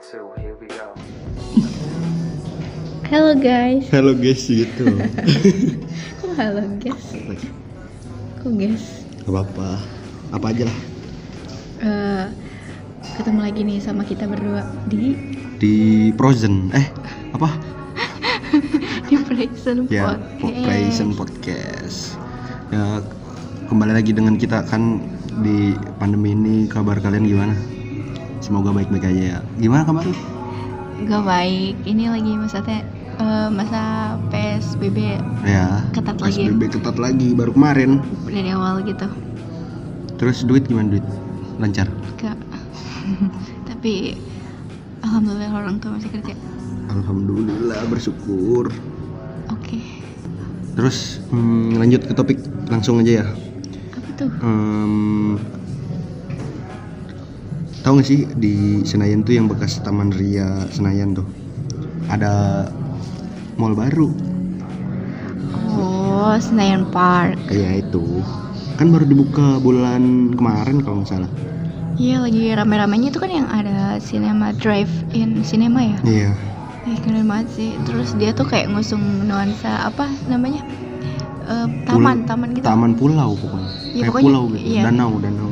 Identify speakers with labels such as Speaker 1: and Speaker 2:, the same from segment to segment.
Speaker 1: soon. Here we go.
Speaker 2: Halo guys.
Speaker 3: Halo guys gitu.
Speaker 2: Kok halo guys? Kok guys?
Speaker 3: Gak apa-apa. Apa aja lah.
Speaker 2: Eh, ketemu lagi nih sama kita berdua di
Speaker 3: Di Frozen eh apa?
Speaker 2: di Prison
Speaker 3: Ya, po- Frozen Podcast. Ya kembali lagi dengan kita kan di pandemi ini kabar kalian gimana? Semoga baik-baik aja ya. Gimana kabar? lu?
Speaker 2: Gak baik. Ini lagi maksudnya eh, masa PSBB
Speaker 3: Ya.
Speaker 2: Ketat lagi.
Speaker 3: PSBB ketat lagi baru kemarin.
Speaker 2: dari awal gitu.
Speaker 3: Terus duit gimana duit? Lancar.
Speaker 2: Gak. Tapi alhamdulillah orang tua masih kerja.
Speaker 3: Alhamdulillah bersyukur.
Speaker 2: Oke.
Speaker 3: Terus hmm, lanjut ke topik langsung aja ya.
Speaker 2: Apa tuh?
Speaker 3: Em, tahu nggak sih di Senayan tuh yang bekas Taman Ria Senayan tuh ada mall baru
Speaker 2: Oh, Senayan Park.
Speaker 3: kayak Iya, itu kan baru dibuka bulan kemarin kalau nggak salah
Speaker 2: Iya, lagi rame-ramenya itu kan yang ada Cinema Drive in Cinema ya?
Speaker 3: iya
Speaker 2: Ih, keren banget sih. Terus dia tuh kayak ngusung nuansa apa namanya? Eh, taman,
Speaker 3: Pul-
Speaker 2: taman gitu.
Speaker 3: taman pulau pokoknya
Speaker 2: Iya,
Speaker 3: kayak
Speaker 2: pokoknya,
Speaker 3: pulau gitu
Speaker 2: iya.
Speaker 3: danau danau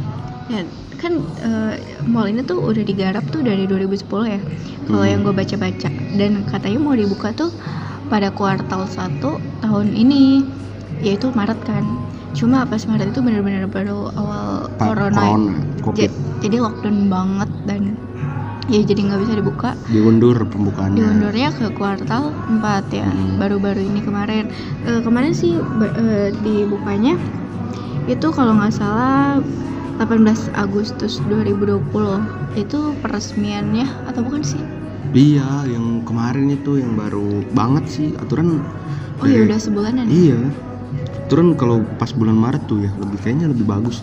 Speaker 2: Ya, kan eh, mall ini tuh udah digarap tuh dari 2010 ya. Kalau
Speaker 3: Hmm.
Speaker 2: yang gue baca-baca dan katanya mau dibuka tuh pada kuartal 1 tahun ini, yaitu Maret kan. Cuma pas Maret itu bener-bener baru awal
Speaker 3: Pa-
Speaker 2: corona.
Speaker 3: corona
Speaker 2: Ja-
Speaker 3: covid
Speaker 2: Jadi lockdown banget dan ya jadi nggak bisa dibuka.
Speaker 3: diundur pembukaannya
Speaker 2: diundurnya ke kuartal 4 ya
Speaker 3: Hmm.
Speaker 2: baru-baru ini kemarin Eh, kemarin sih ba- eh, dibukanya itu kalau nggak salah 18 Agustus 2020 itu peresmiannya atau bukan sih
Speaker 3: iya yang kemarin itu yang baru banget sih aturan
Speaker 2: oh ya
Speaker 3: dari-
Speaker 2: udah sebulanan ya
Speaker 3: Iya. Turun kalau pas bulan Maret tuh ya lebih kayaknya lebih bagus.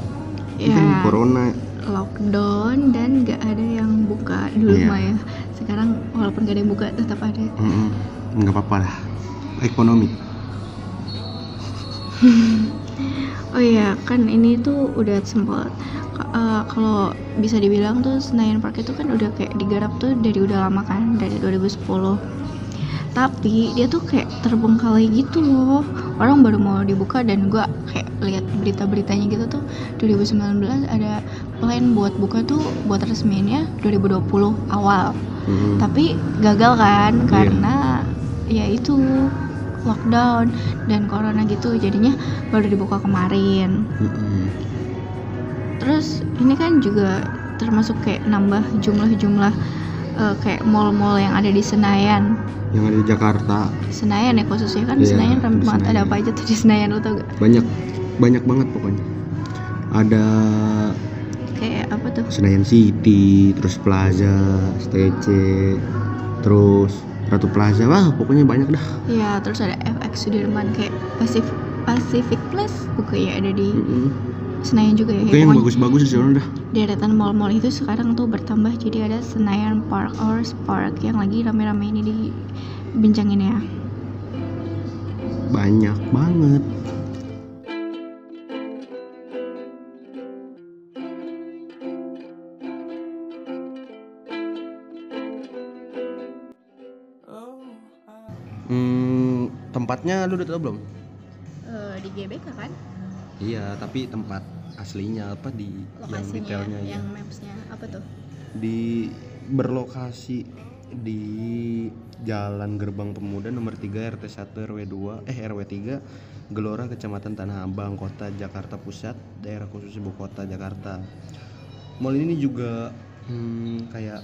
Speaker 3: Ini
Speaker 2: Ya,
Speaker 3: Kan corona
Speaker 2: lockdown dan nggak ada yang buka dulu
Speaker 3: Iya.
Speaker 2: mah ya sekarang walaupun gak ada yang buka tetap ada
Speaker 3: mm-mm, nggak apa-apa lah. Ekonomi.
Speaker 2: Oh iya, kan ini tuh udah sempat Ka- eh, kalau bisa dibilang tuh Senayan Park itu kan udah kayak digarap tuh dari udah lama kan, dari 2010. Tapi dia tuh kayak terbengkalai gitu loh. Orang baru mau dibuka dan gua kayak lihat berita-beritanya gitu tuh 2019 ada plan buat buka tuh buat resminya 2020 awal.
Speaker 3: Mm-mm.
Speaker 2: Tapi gagal kan
Speaker 3: Iya.
Speaker 2: karena ya itu lockdown dan corona gitu jadinya baru dibuka kemarin.
Speaker 3: Mm-mm.
Speaker 2: Terus ini kan juga termasuk kayak nambah jumlah-jumlah eh, kayak mall-mall yang ada di Senayan.
Speaker 3: Yang ada di Jakarta
Speaker 2: Senayan ya khususnya kan di
Speaker 3: Iya,
Speaker 2: Senayan ramai
Speaker 3: di
Speaker 2: banget. Ada
Speaker 3: Senayan.
Speaker 2: apa aja tuh di Senayan lo tau gak?
Speaker 3: banyak banyak banget pokoknya. Ada
Speaker 2: Kayak apa tuh?
Speaker 3: Senayan City, terus Plaza, STC, terus Ratu Plaza, wah pokoknya banyak dah.
Speaker 2: Ya terus ada FX Sudirman kayak Pacific Pacific Place buka ya ada di
Speaker 3: Mm-mm.
Speaker 2: Senayan juga ya.
Speaker 3: Pokoknya Iya. yang
Speaker 2: Pokoknya
Speaker 3: bagus-bagus di sana dah.
Speaker 2: deretan mall-mall itu sekarang tuh bertambah jadi ada Senayan Park or Park yang lagi rame-rame ini dibincangin ya.
Speaker 3: Banyak banget. Hmm, tempatnya lu udah tau belum?
Speaker 2: di GBK kan
Speaker 3: Iya, tapi tempat aslinya apa di yang
Speaker 2: lokasinya iya.
Speaker 3: detailnya ya.
Speaker 2: yang mapsnya apa tuh?
Speaker 3: Di berlokasi di Jalan Gerbang Pemuda nomor 3 RT 1 RW 2 eh RW 3 Gelora Kecamatan Tanah Abang Kota Jakarta Pusat daerah khusus ibu kota Jakarta. Mall ini juga hmm, kayak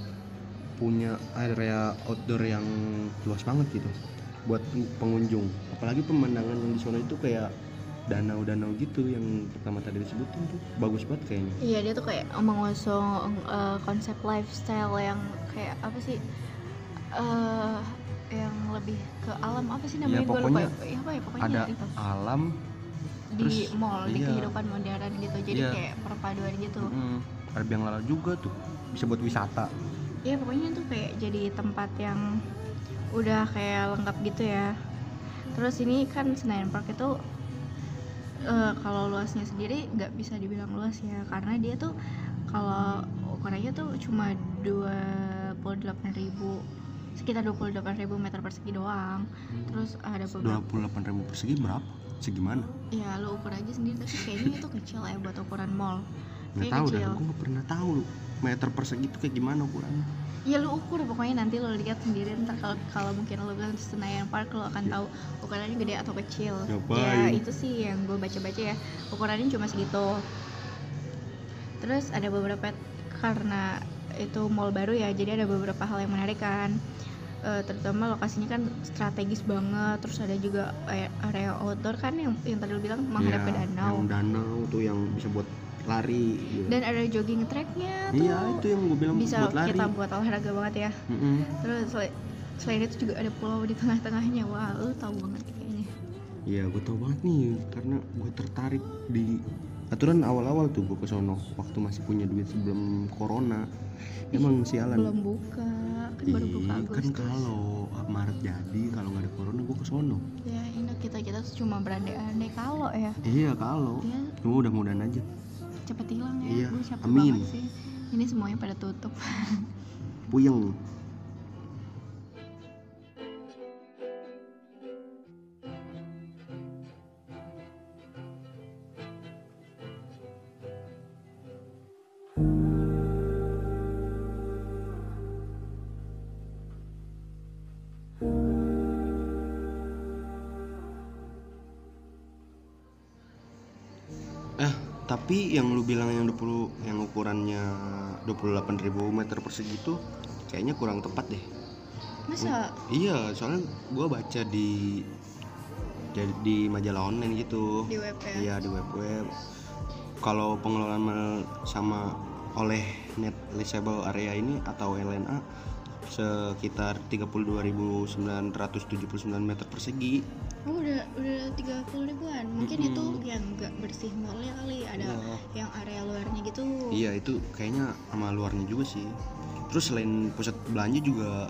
Speaker 3: punya area outdoor yang luas banget gitu buat pengunjung. Apalagi pemandangan yang di sana itu kayak danau-danau gitu yang pertama tadi disebutin tuh bagus banget kayaknya.
Speaker 2: Iya dia tuh kayak mengusung eh, konsep lifestyle yang kayak apa sih? eh yang lebih ke alam apa sih namanya?
Speaker 3: Ya,
Speaker 2: Gua
Speaker 3: pokoknya
Speaker 2: lupa. Ya, apa ya pokoknya
Speaker 3: Ada
Speaker 2: gitu.
Speaker 3: alam
Speaker 2: di
Speaker 3: terus-
Speaker 2: mall di
Speaker 3: iya.
Speaker 2: kehidupan modern gitu. Jadi
Speaker 3: Iya.
Speaker 2: kayak perpaduan gitu.
Speaker 3: Mm, ada biang lala juga tuh bisa buat wisata
Speaker 2: Iya pokoknya tuh kayak jadi tempat yang udah kayak lengkap gitu ya. Terus ini kan Senayan Park itu eh, kalau luasnya sendiri nggak bisa dibilang luas ya karena dia tuh kalau ukurannya tuh cuma 2,5 28.000 sekitar 28.000 meter persegi doang terus ada beberapa
Speaker 3: 28 ribu persegi berapa? Segimana?
Speaker 2: ya lo ukur aja sendiri tapi kayaknya itu kecil ya buat ukuran mall
Speaker 3: Nggak
Speaker 2: Kayak
Speaker 3: tahu dah,
Speaker 2: kecil.
Speaker 3: gue nggak pernah tahu meter persegi itu kayak gimana ukurannya.
Speaker 2: ya lu ukur pokoknya nanti lo lihat sendiri ntar kalau kalau mungkin lo ke Senayan Park lo akan tahu ukurannya gede atau kecil ya
Speaker 3: Ngapain?
Speaker 2: itu sih yang gue baca-baca ya ukurannya cuma segitu terus ada beberapa karena itu mall baru ya jadi ada beberapa hal yang menarik kan Eh, terutama lokasinya kan strategis banget terus ada juga eh, area outdoor kan yang yang tadi lo bilang menghadap ke
Speaker 3: Iya,
Speaker 2: danau
Speaker 3: Yang danau tuh yang bisa buat lari. gitu.
Speaker 2: dan ada jogging tracknya tuh
Speaker 3: iya itu yang gue bilang
Speaker 2: bisa
Speaker 3: buat lari.
Speaker 2: kita buat olahraga banget ya
Speaker 3: Mm-mm.
Speaker 2: Terus sel- selain itu juga ada pulau di tengah-tengahnya. Wah, lu tahu banget kayaknya.
Speaker 3: Iya gue tau banget nih karena gue tertarik di aturan awal-awal tuh gue ke sono waktu masih punya duit sebelum corona emang sialan
Speaker 2: Belum buka, kan baru
Speaker 3: Iya, Ih,
Speaker 2: buka
Speaker 3: kan
Speaker 2: Agustus.
Speaker 3: kalau Maret jadi kalau nggak ada corona gue ke sono
Speaker 2: Ya, ini kita-kita tuh cuma berandai-andai kalau ya.
Speaker 3: iya kalau
Speaker 2: Dia
Speaker 3: mudah-mudahan aja
Speaker 2: cepet hilang ya.
Speaker 3: Iya,
Speaker 2: Gua capek
Speaker 3: amin.
Speaker 2: banget sih. Ini semuanya pada tutup.
Speaker 3: puyeng Eh, tapi yang lu bilang yang 20 yang ukurannya 28.000 meter persegi itu kayaknya kurang tepat deh.
Speaker 2: Masa
Speaker 3: Iya, soalnya gua baca di di, di majalah online gitu.
Speaker 2: di web ya?
Speaker 3: Iya, di web-web. Kalau pengelolaan mal- sama oleh net leasable area ini atau LNA sekitar 32.979 meter persegi.
Speaker 2: Oh, udah udah 30 ribuan. Mungkin
Speaker 3: Mm-mm.
Speaker 2: itu yang nggak bersih mallnya kali. Ada
Speaker 3: Wah.
Speaker 2: yang area luarnya gitu.
Speaker 3: Iya itu kayaknya sama luarnya juga sih. Terus selain pusat belanja juga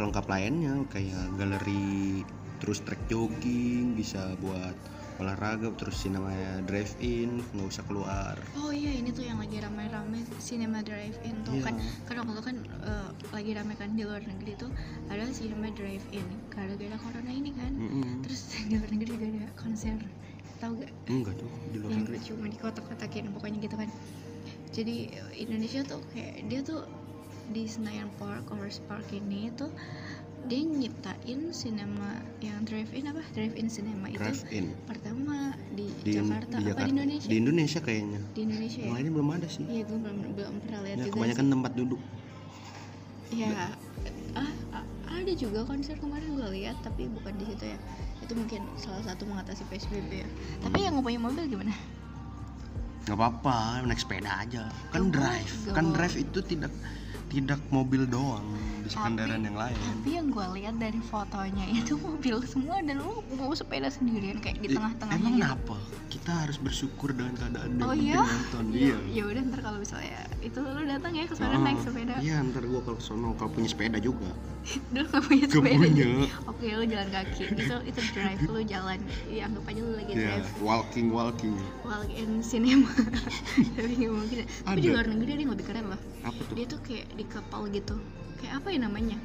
Speaker 3: pelengkap lainnya kayak galeri, terus trek jogging, bisa buat olahraga, terus sih namanya drive in, nggak usah keluar.
Speaker 2: Oh iya ini tuh yang lagi ramai-ramai cinema drive-in tuh
Speaker 3: Iya.
Speaker 2: kan kan waktu itu kan eh, lagi ramai kan di luar negeri tuh ada cinema drive-in gara-gara corona ini kan
Speaker 3: Mm-mm.
Speaker 2: terus di luar negeri juga ada konser tahu gak
Speaker 3: Enggak tuh di luar
Speaker 2: yang
Speaker 3: negeri.
Speaker 2: cuma di kotak-kotakin pokoknya gitu kan jadi eh, Indonesia tuh kayak dia tuh di Senayan Park Forest Park ini tuh dia nyiptain cinema yang drive-in apa drive-in cinema itu
Speaker 3: Drive in
Speaker 2: pertama di,
Speaker 3: di
Speaker 2: Jakarta apa di Indonesia
Speaker 3: Di Indonesia Oh, kayaknya.
Speaker 2: di Indonesia ya
Speaker 3: Makanya belum ada sih.
Speaker 2: Iya, gue belum belum pernah lihat
Speaker 3: Ya,
Speaker 2: juga.
Speaker 3: kebanyakan tempat duduk.
Speaker 2: sih. Ya, ah, a- ada juga konser kemarin gue lihat, tapi bukan di situ ya. Itu mungkin salah satu mengatasi psbb ya. Tapi yang punya mobil gimana?
Speaker 3: nggak apa-apa naik sepeda aja kan
Speaker 2: Nggak
Speaker 3: drive
Speaker 2: boleh,
Speaker 3: kan
Speaker 2: nggak
Speaker 3: drive itu tidak tidak mobil doang bisa
Speaker 2: Tapi-
Speaker 3: kendaraan yang lain
Speaker 2: Tapi yang gue lihat dari fotonya itu mobil semua dan lu mau sepeda sendirian kayak di
Speaker 3: Eh,
Speaker 2: tengah-tengahnya.
Speaker 3: Emang
Speaker 2: gitu.
Speaker 3: kenapa? Kita harus bersyukur dengan keadaan
Speaker 2: Oh
Speaker 3: yang
Speaker 2: iya?
Speaker 3: nonton.
Speaker 2: Ya,
Speaker 3: Iya.
Speaker 2: ya udah ntar kalau misalnya itu lu datang ya ke sana
Speaker 3: Ah,
Speaker 2: naik sepeda.
Speaker 3: Iya, ntar gua kalau sono kalau punya sepeda juga.
Speaker 2: Dulu gak punya
Speaker 3: Gak
Speaker 2: sepeda. Iya,
Speaker 3: punya.
Speaker 2: Oke, lu jalan kaki. Itu itu drive lu jalan. Ya, anggap aja lu lagi
Speaker 3: Iya,
Speaker 2: drive.
Speaker 3: walking walking.
Speaker 2: walk in cinema tapi nggak mungkin tapi di
Speaker 3: Ada.
Speaker 2: luar Iya. negeri ada yang lebih keren loh
Speaker 3: Apa tuh?
Speaker 2: dia tuh kayak di kapal gitu kayak apa ya namanya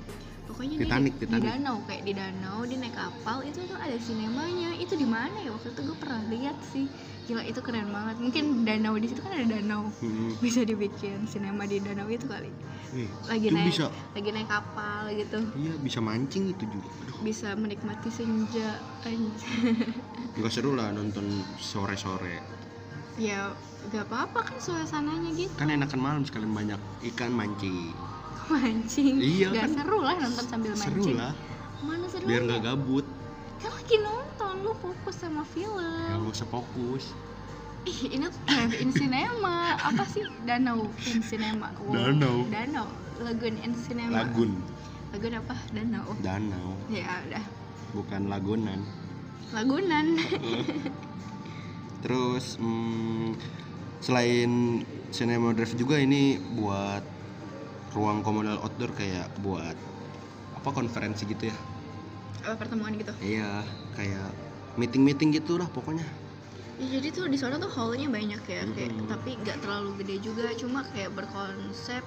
Speaker 2: pokoknya dia
Speaker 3: Titanic,
Speaker 2: di, di
Speaker 3: Titanic.
Speaker 2: danau kayak di danau dia naik kapal itu tuh ada sinemanya itu di mana ya waktu itu gue pernah lihat sih gila itu keren banget mungkin danau di situ kan ada danau
Speaker 3: Hmm.
Speaker 2: bisa dibikin sinema di danau itu kali
Speaker 3: Eh,
Speaker 2: lagi
Speaker 3: itu
Speaker 2: naik
Speaker 3: bisa.
Speaker 2: lagi naik kapal gitu
Speaker 3: Iya, bisa mancing itu juga. Aduh,
Speaker 2: bisa menikmati senja anjay.
Speaker 3: nggak seru lah nonton sore-sore.
Speaker 2: ya gak apa-apa kan suasananya gitu
Speaker 3: Kan enakan malam sekalian banyak ikan mancing.
Speaker 2: mancing
Speaker 3: Iya,
Speaker 2: Gak
Speaker 3: kan?
Speaker 2: seru lah nonton sambil
Speaker 3: Seru
Speaker 2: mancing
Speaker 3: lah,
Speaker 2: mana seru
Speaker 3: biar nggak gabut.
Speaker 2: kan lagi nonton lu fokus sama
Speaker 3: Ya
Speaker 2: film
Speaker 3: gak usah fokus.
Speaker 2: ih ini tuh drive in cinema apa sih danau in cinema Wow.
Speaker 3: Danau.
Speaker 2: danau lagoon in cinema
Speaker 3: Lagun,
Speaker 2: lagoon apa danau
Speaker 3: danau,
Speaker 2: ya udah
Speaker 3: bukan lagunan.
Speaker 2: lagunan
Speaker 3: Terus mm, selain cinema drive juga ini buat ruang komunal outdoor kayak buat apa konferensi gitu ya?
Speaker 2: apa pertemuan gitu
Speaker 3: Iya, kayak meeting-meeting gitu lah pokoknya.
Speaker 2: ya, jadi tuh di sana tuh hallnya banyak ya kayak
Speaker 3: Mhm.
Speaker 2: tapi nggak terlalu gede juga cuma kayak berkonsep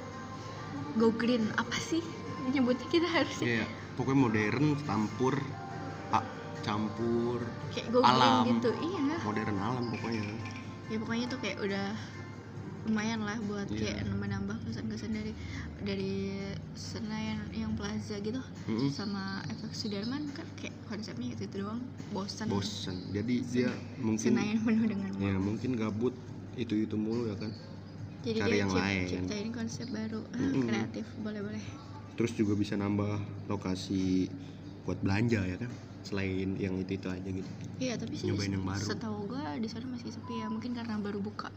Speaker 2: go green apa sih menyebutnya kita harusnya
Speaker 3: Iya, pokoknya modern campur a- campur
Speaker 2: kayak go green
Speaker 3: Alam.
Speaker 2: gitu iya
Speaker 3: modern alam pokoknya.
Speaker 2: ya pokoknya itu kayak udah lumayan lah buat
Speaker 3: Iya.
Speaker 2: kayak nambah-nambah kesan-kesan dari dari Senayan yang Plaza gitu
Speaker 3: Mm-mm.
Speaker 2: sama efek Sudirman kan kayak konsepnya itu, doang bosan
Speaker 3: Bosen. Jadi dia mungkin
Speaker 2: Senayan penuh dengan
Speaker 3: ya mungkin gabut itu-itu mulu ya kan.
Speaker 2: jadi
Speaker 3: cari
Speaker 2: dia
Speaker 3: yang
Speaker 2: cip-
Speaker 3: lain. Hmm.
Speaker 2: ciptain konsep baru Ah,
Speaker 3: Mm-mm.
Speaker 2: kreatif boleh-boleh
Speaker 3: Terus juga bisa nambah lokasi buat belanja ya kan. Selain yang itu-itu aja gitu.
Speaker 2: Iya tapi sih
Speaker 3: Nyobain yang baru.
Speaker 2: setahu gue di sana masih sepi ya mungkin karena baru buka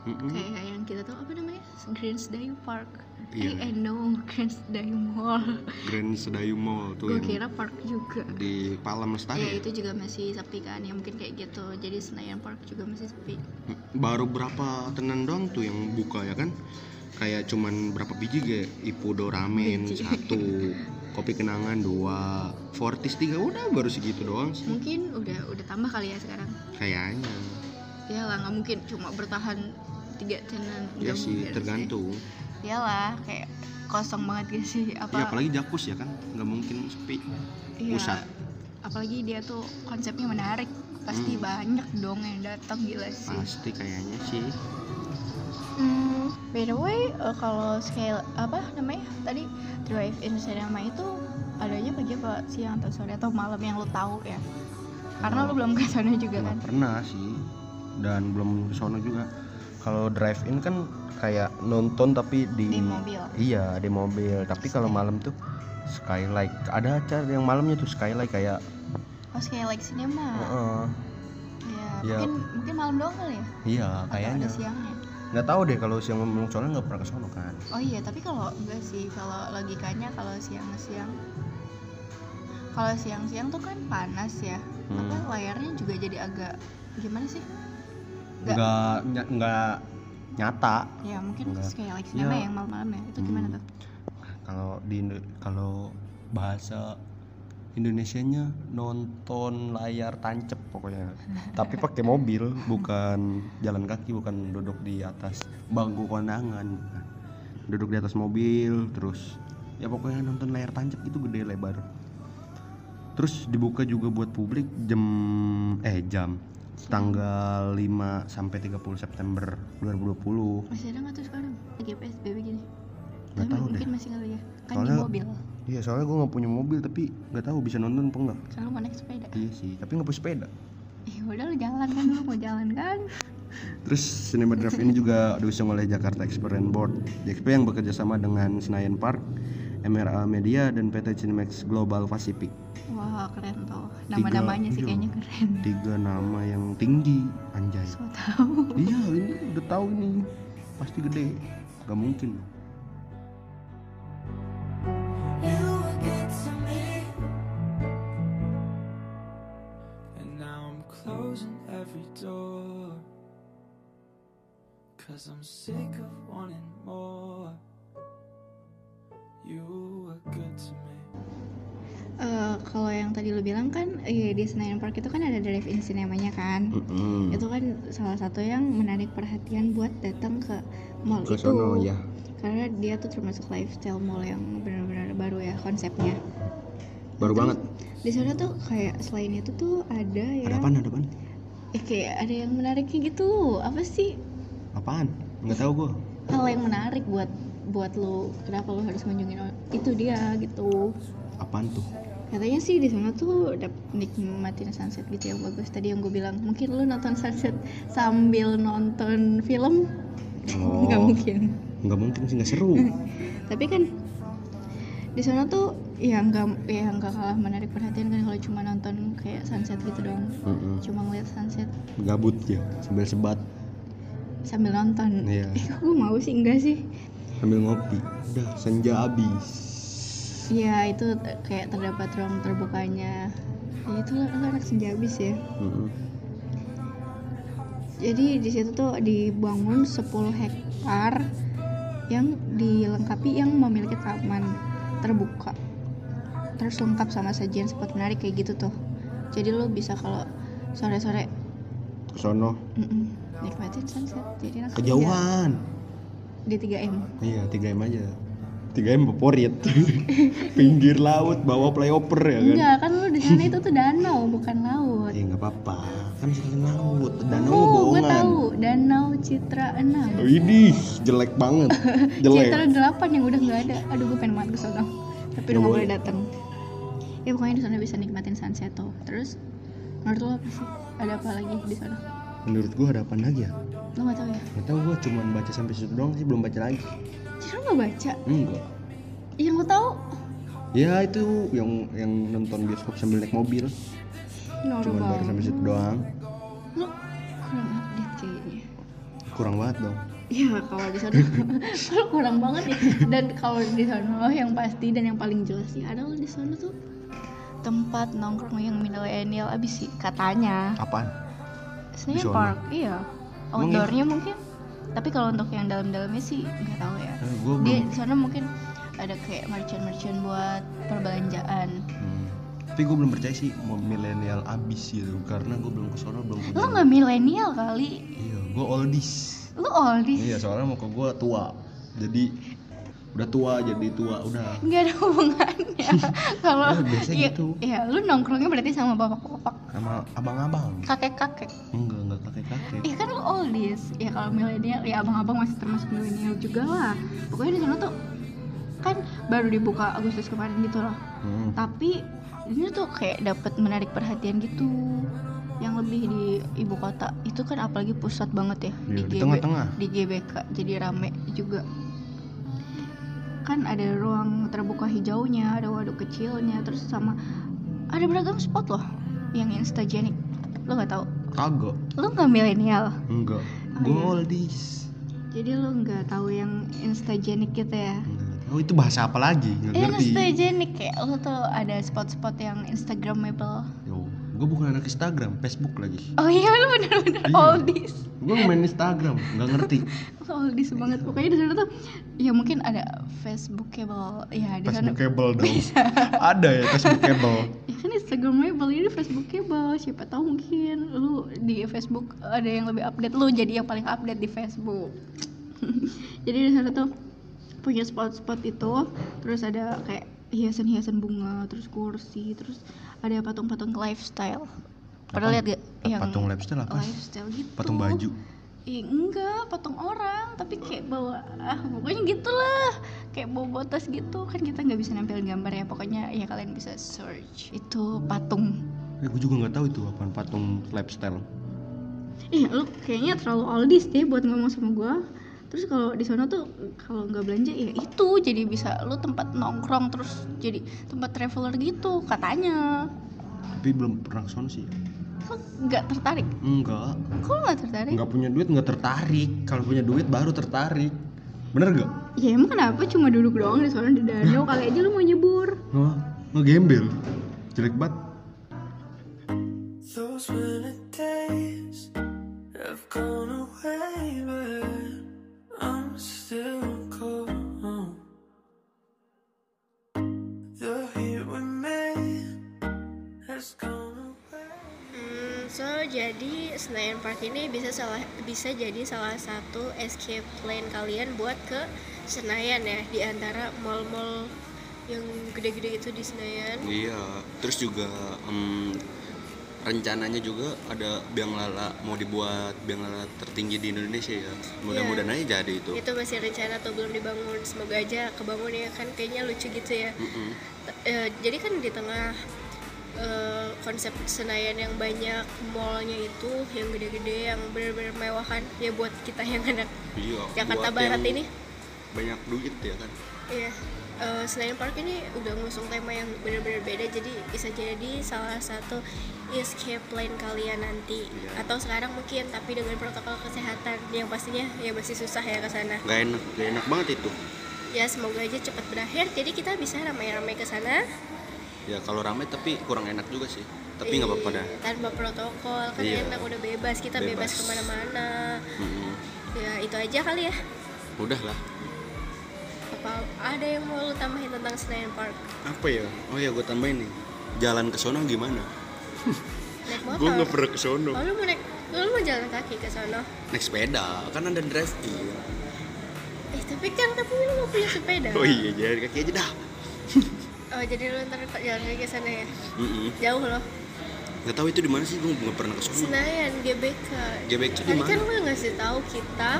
Speaker 3: Mm-mm.
Speaker 2: kayak yang kita tahu apa namanya Green's Park
Speaker 3: Iya.
Speaker 2: eh, eh no Green's Mall
Speaker 3: Grand Sedayu Mall tuh
Speaker 2: gue
Speaker 3: yang
Speaker 2: kira park juga
Speaker 3: di Palem
Speaker 2: ya
Speaker 3: Lestari. ya?
Speaker 2: itu juga masih sepi kan ya mungkin kayak gitu jadi Senayan Park juga masih sepi
Speaker 3: baru berapa tenan doang tuh yang buka ya kan kayak cuman berapa biji kayak ipudo ramen
Speaker 2: Biji.
Speaker 3: satu kopi kenangan dua fortis tiga udah baru segitu doang sih
Speaker 2: mungkin udah udah tambah kali ya sekarang
Speaker 3: kayaknya
Speaker 2: ya lah nggak mungkin cuma bertahan tiga tenan nggak
Speaker 3: ya sih
Speaker 2: mungkin
Speaker 3: tergantung
Speaker 2: ya lah kayak kosong banget gak sih apa
Speaker 3: ya apalagi jakus ya kan nggak mungkin sepi
Speaker 2: Iya.
Speaker 3: pusat.
Speaker 2: apalagi dia tuh konsepnya menarik pasti
Speaker 3: Hmm.
Speaker 2: banyak dong yang datang gila sih
Speaker 3: pasti kayaknya sih
Speaker 2: Hmm, by the way, eh, kalau scale apa namanya tadi drive in cinema itu adanya pagi apa siang atau sore atau malam yang lo tahu ya? Karena lo belum ke sana juga kan?
Speaker 3: nggak pernah sih dan belum sono juga kalau drive in kan kayak nonton tapi
Speaker 2: Di
Speaker 3: di,
Speaker 2: mobil.
Speaker 3: iya di mobil tapi kalau malam tuh skylight ada acara yang malamnya tuh skylight kayak
Speaker 2: Oh scale like cinema.
Speaker 3: Heeh.
Speaker 2: Ya,
Speaker 3: Ya.
Speaker 2: mungkin mungkin malam doang kali ya?
Speaker 3: Iya,
Speaker 2: Atau ada
Speaker 3: kayaknya.
Speaker 2: siangnya?
Speaker 3: Nggak tahu deh kalau siang ngomong soalnya nggak pernah ke sono kan.
Speaker 2: Oh iya, tapi kalau enggak sih, kalau logikanya kalau siang-siang kalau siang-siang tuh kan panas ya.
Speaker 3: Hmm.
Speaker 2: Apa layarnya juga jadi agak gimana sih? Nggak.
Speaker 3: Nggak ny- nggak nyata.
Speaker 2: Ya mungkin
Speaker 3: Nggak.
Speaker 2: kayak like cinema
Speaker 3: Ya.
Speaker 2: yang malam-malam ya. Itu gimana
Speaker 3: Hmm.
Speaker 2: tuh?
Speaker 3: Kalau di Indo- kalau bahasa Indonesianya nonton layar tancep pokoknya. Tapi pakai mobil, bukan jalan kaki, bukan duduk di atas bangku kondangan. bukan. Duduk di atas mobil, terus ya pokoknya nonton layar tancep itu gede lebar. Terus dibuka juga buat publik jam eh jam tanggal 5 sampai 30 September 2020.
Speaker 2: Masih ada nggak tuh sekarang? Lagi PSBB gini.
Speaker 3: Nggak
Speaker 2: Tapi
Speaker 3: tahu
Speaker 2: mungkin masih kali ya. Kan di
Speaker 3: Soalnya-
Speaker 2: mobil.
Speaker 3: Iya, soalnya gue nggak punya mobil tapi nggak tahu bisa nonton apa enggak.
Speaker 2: Kan lu mau naik sepeda.
Speaker 3: Iya sih, tapi nggak punya sepeda.
Speaker 2: Eh udah lu jalan kan lu mau jalan kan.
Speaker 3: Terus Cinema Drive ini juga diusung oleh Jakarta Experience Board JXP yang bekerja sama dengan Senayan Park, MRA Media dan PT Cinemax Global Pacific.
Speaker 2: Wah, keren tuh. Nama-namanya sih
Speaker 3: iya.
Speaker 2: kayaknya keren.
Speaker 3: Tiga nama yang tinggi anjay.
Speaker 2: So tau
Speaker 3: Iya, ini udah tahu ini pasti gede. Gak mungkin.
Speaker 1: You were good to me, and now I'm closing every door. Cause I'm sick of wanting more. You were good to me.
Speaker 2: Eh, kalau yang tadi lu bilang kan eh, di Senayan Park itu kan ada drive-in cinemanya kan.
Speaker 3: Mm-mm.
Speaker 2: Itu kan salah satu yang menarik perhatian buat datang ke mall
Speaker 3: Ke
Speaker 2: itu.
Speaker 3: sono ya.
Speaker 2: Karena dia tuh termasuk lifestyle mall yang benar-benar baru ya konsepnya. Terus,
Speaker 3: Baru banget.
Speaker 2: Di sana tuh kayak selain itu tuh ada yang
Speaker 3: Ada apaan? Ada apaan?
Speaker 2: Eh, kayak ada yang menariknya gitu. Apa sih
Speaker 3: Apaan? Nggak tahu gue.
Speaker 2: hal yang menarik buat buat lo? Kenapa lo harus ngunjungin o- itu dia gitu?
Speaker 3: Apaan tuh?
Speaker 2: Katanya sih di sana tuh dap nikmatin sunset gitu yang bagus. Tadi yang gue bilang mungkin lo nonton sunset sambil nonton film
Speaker 3: Oh.
Speaker 2: nggak mungkin.
Speaker 3: Nggak mungkin sih nggak seru.
Speaker 2: Tapi kan di sana tuh ya nggak ya nggak kalah menarik perhatian kan kalau cuma nonton kayak sunset gitu doang.
Speaker 3: Mm-mm.
Speaker 2: Cuma ngeliat sunset
Speaker 3: Gabut ya, sambil sebat,
Speaker 2: sambil nonton.
Speaker 3: Iya.
Speaker 2: Eh, kok gue mau sih enggak sih?
Speaker 3: sambil ngopi. Udah senja abis.
Speaker 2: Iya itu t- kayak terdapat ruang terbukanya ya, itu lo- lo anak senja abis ya
Speaker 3: Mm-mm.
Speaker 2: jadi di situ tuh dibangun 10 hektar yang dilengkapi yang memiliki taman terbuka terus lengkap sama sajian spot menarik kayak gitu tuh jadi lo bisa kalau sore-sore
Speaker 3: Ke sono
Speaker 2: mm-mm, Iya. nikmatin sunset jadi anak senja
Speaker 3: kejauhan.
Speaker 2: di 3M
Speaker 3: Iya, 3 M aja. tiga m favorit pinggir laut bawa playoper ya kan
Speaker 2: Enggak, kan lu di sana itu tuh danau, bukan laut.
Speaker 3: ya nggak apa-apa kan selain laut danau mah
Speaker 2: Oh, gue
Speaker 3: bohongan
Speaker 2: tahu. Danau Citra 6.
Speaker 3: Widih, jelek banget jelek
Speaker 2: Citra 8 yang udah nggak ada. Aduh, gue pengen banget ke sono. Tapi udah
Speaker 3: Ya
Speaker 2: nggak
Speaker 3: boleh.
Speaker 2: boleh datang. Ya pokoknya di sana bisa nikmatin sunset tuh. Terus menurut lo apa sih? Ada apa lagi di sana?
Speaker 3: menurut gua ada apa lagi ya
Speaker 2: Lo nggak tahu ya?
Speaker 3: nggak tahu gua cuman baca sampai situ doang sih belum baca lagi
Speaker 2: Citra nggak baca.
Speaker 3: enggak
Speaker 2: Yang gue tahu
Speaker 3: ya itu yang yang nonton bioskop sambil naik mobil
Speaker 2: Noro
Speaker 3: cuman baru sampai
Speaker 2: banget.
Speaker 3: situ doang
Speaker 2: Lo kurang update kayaknya.
Speaker 3: kurang banget dong
Speaker 2: Ya kalau di sana kalau kurang banget ya. Dan kalau di sana yang pasti dan yang paling jelas sih ada lo di sana tuh tempat nongkrong yang milenial abis sih katanya.
Speaker 3: apaan
Speaker 2: Sebenarnya
Speaker 3: Di sono?
Speaker 2: park, iya.
Speaker 3: Emang
Speaker 2: Outdoornya mungkin. Tapi kalau untuk yang dalam-dalamnya sih nggak tahu ya.
Speaker 3: Eh, gua
Speaker 2: Dia
Speaker 3: belum
Speaker 2: di sana mungkin ada kayak merchant-merchant buat perbelanjaan.
Speaker 3: Hmm. tapi gue belum percaya sih mau milenial abis gitu karena gue belum kesana belum
Speaker 2: Lo
Speaker 3: kejalan.
Speaker 2: nggak milenial kali?
Speaker 3: iya gue oldies
Speaker 2: Lo oldies?
Speaker 3: iya soalnya mau ke gue tua jadi udah tua jadi tua udah
Speaker 2: nggak ada hubungannya kalau
Speaker 3: Ya, biasanya
Speaker 2: ya,
Speaker 3: gitu.
Speaker 2: ya, lu nongkrongnya berarti sama bapak-bapak
Speaker 3: sama abang-abang
Speaker 2: kakek-kakek
Speaker 3: enggak enggak kakek kakek
Speaker 2: Iya kan lu oldies ya kalau milenial ya abang-abang masih termasuk milenial juga lah pokoknya di sana tuh kan baru dibuka Agustus kemarin gitu loh
Speaker 3: hmm.
Speaker 2: tapi ini tuh kayak dapat menarik perhatian gitu yang lebih di ibu kota itu kan apalagi pusat banget ya
Speaker 3: Iya, di
Speaker 2: GB
Speaker 3: tengah-tengah.
Speaker 2: di GBK jadi rame juga kan ada ruang terbuka hijaunya ada waduk kecilnya terus sama ada beragam spot loh yang instagenik lo nggak tahu
Speaker 3: kagak
Speaker 2: lo nggak milenial
Speaker 3: enggak
Speaker 2: Oh,
Speaker 3: gue
Speaker 2: iya.
Speaker 3: oldies
Speaker 2: jadi lo nggak tahu yang instagenik gitu ya
Speaker 3: Enggak. oh itu bahasa apa lagi nggak
Speaker 2: Iya,
Speaker 3: ngerti
Speaker 2: Instagenik kayak lo tuh ada spot-spot yang instagramable
Speaker 3: yo gue bukan anak Instagram Facebook lagi
Speaker 2: Oh iya lu bener-bener
Speaker 3: Iya.
Speaker 2: oldies
Speaker 3: gue main Instagram nggak ngerti
Speaker 2: Lu oldies banget pokoknya di sana tuh ya mungkin ada Facebookable ya di sana
Speaker 3: Facebookable dong ada ya Facebookable
Speaker 2: ya kan Instagramable ini Facebookable siapa tahu mungkin lu di Facebook ada yang lebih update lu jadi yang paling update di Facebook jadi di sana tuh punya spot-spot itu terus ada kayak hiasan-hiasan bunga terus kursi terus ada patung-patung lifestyle
Speaker 3: Apa?
Speaker 2: pernah lihat Iya, gak
Speaker 3: patung lifestyle apa
Speaker 2: lifestyle gitu
Speaker 3: patung baju
Speaker 2: Ih, enggak potong orang tapi kayak bawa ah pokoknya gitulah kayak bawa botas gitu kan kita nggak bisa nampilin gambar ya pokoknya ya kalian bisa search itu patung
Speaker 3: Eh, gue juga nggak tahu itu apaan patung lifestyle.
Speaker 2: ih lu kayaknya terlalu oldies deh buat ngomong sama gua terus kalau di sana tuh kalau nggak belanja ya itu jadi bisa lu tempat nongkrong terus jadi tempat traveler gitu katanya
Speaker 3: Tapi belum pernah ke sono sih. ya?
Speaker 2: lu nggak tertarik
Speaker 3: Enggak.
Speaker 2: kok lu nggak tertarik
Speaker 3: Enggak punya duit nggak tertarik. Kalau punya duit baru tertarik. Bener gak?
Speaker 2: ya emang kenapa cuma duduk doang di sana di danau kali aja lu mau nyebur
Speaker 3: Nggak. Ngegembel. Jelek banget.
Speaker 1: Those winter days have gone away, but I'm still cold. The heat we made has gone away.
Speaker 4: Hmm, so jadi Senayan Park ini bisa salah bisa jadi salah satu escape plan kalian buat ke Senayan ya di antara mall-mall yang gede-gede itu di Senayan.
Speaker 5: Iya, terus juga em, rencananya juga ada biang lala mau dibuat biang lala tertinggi di Indonesia ya. Mudah-mudahan aja jadi itu.
Speaker 4: Iya. Itu masih rencana atau belum dibangun. Semoga aja kebangun ya kan kayaknya lucu gitu ya.
Speaker 5: Mm-mm.
Speaker 4: T- eh, jadi kan di tengah eh, konsep Senayan yang banyak mallnya itu yang gede-gede yang bener-bener mewah kan ya buat kita yang anak
Speaker 5: Iya.
Speaker 4: Jakarta
Speaker 5: buat
Speaker 4: Barat
Speaker 5: yang
Speaker 4: ini
Speaker 5: banyak duit ya kan.
Speaker 4: Iya, eh, Senayan Park ini udah ngusung tema yang benar-benar beda, jadi bisa jadi salah satu escape plan kalian nanti
Speaker 5: Iya.
Speaker 4: atau sekarang mungkin, tapi dengan protokol kesehatan yang pastinya ya masih susah ya ke sana.
Speaker 5: Gak enak, gak enak banget itu.
Speaker 4: Ya semoga aja cepat berakhir, jadi kita bisa ramai-ramai ke sana.
Speaker 5: Ya kalau ramai tapi kurang enak juga sih. Tapi nggak apa-apa dah.
Speaker 4: Iya, Tanpa protokol, kan
Speaker 5: Iya.
Speaker 4: enak udah bebas, kita bebas,
Speaker 5: Bebas.
Speaker 4: kemana-mana.
Speaker 5: Mm-mm.
Speaker 4: Ya itu aja kali ya.
Speaker 5: Udah lah.
Speaker 4: Apa ada yang mau lu tambahin tentang Senayan Park?
Speaker 5: Apa ya? Oh
Speaker 3: iya,
Speaker 5: ya gue tambahin nih. Jalan ke sono gimana?
Speaker 4: Naik
Speaker 5: Gue nggak
Speaker 4: motor?
Speaker 5: pernah ke sono.
Speaker 4: Oh, lu mau naik, lu mau jalan kaki ke sana?
Speaker 2: Iya.
Speaker 5: Naik sepeda, kan ada drive in.
Speaker 2: Eh tapi kan katanya lu mau punya sepeda.
Speaker 3: Oh iya, jalan kaki aja dah.
Speaker 2: Oh, jadi lu ntar jalan lagi ke sana ya?
Speaker 3: Mm-mm.
Speaker 2: Jauh loh.
Speaker 3: Nggak tahu itu di mana sih, gue nggak pernah ke sana.
Speaker 2: Senayan GBK.
Speaker 3: GBK di
Speaker 2: Tadi
Speaker 3: mana?
Speaker 2: kan lu ngasih tahu kita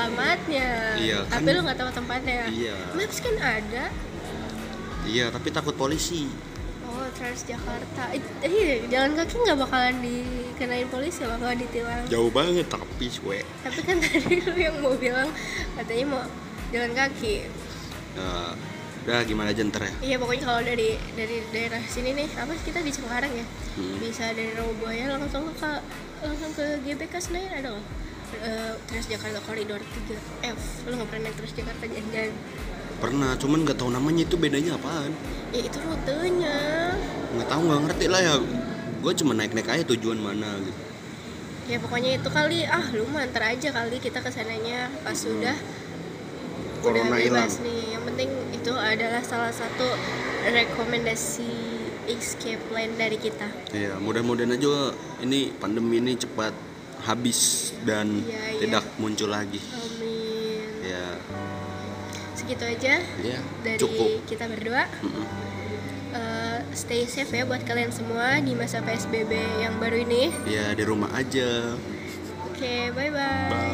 Speaker 2: alamatnya.
Speaker 3: Iya, kan-
Speaker 2: Tapi lu nggak tahu tempatnya.
Speaker 3: Iya.
Speaker 2: Maps kan ada.
Speaker 3: Iya, tapi takut polisi.
Speaker 2: Oh, Transjakarta. Eh, iya, jalan kaki nggak bakalan dikenain polisi loh, nggak ditilang.
Speaker 3: Jauh banget tapi gue.
Speaker 2: Tapi kan tadi lu yang mau bilang katanya mau jalan kaki.
Speaker 3: Eh, udah gimana aja ntar ya?
Speaker 2: Iya pokoknya kalau dari dari daerah sini nih apa sih kita di Cengkareng ya
Speaker 3: Hmm.
Speaker 2: bisa dari Rawabuaya langsung ke langsung ke GBK Senayan ada loh Terus Jakarta Koridor 3F lu nggak pernah naik Terus Jakarta jalan-jalan
Speaker 3: Pernah, cuman nggak tahu namanya itu bedanya apaan.
Speaker 2: ya itu rutenya
Speaker 3: Nggak tahu nggak ngerti lah ya. Gue cuma naik-naik aja tujuan mana gitu.
Speaker 2: ya pokoknya itu kali ah lu mantar aja kali kita kesananya pas sudah udah
Speaker 3: Hmm. Corona hilang.
Speaker 2: bebas nih yang penting itu adalah salah satu rekomendasi escape plan dari kita
Speaker 3: Iya, mudah-mudahan aja ini pandemi ini cepat habis dan
Speaker 2: Iya, iya.
Speaker 3: tidak muncul lagi.
Speaker 2: Amin
Speaker 3: Ya,
Speaker 2: segitu aja
Speaker 3: ya
Speaker 2: dari
Speaker 3: cukup.
Speaker 2: kita berdua.
Speaker 3: Mm-mm.
Speaker 2: Eh, stay safe ya buat kalian semua di masa PSBB yang baru ini.
Speaker 3: Ya di rumah Iya, aja.
Speaker 2: Oke, bye-bye.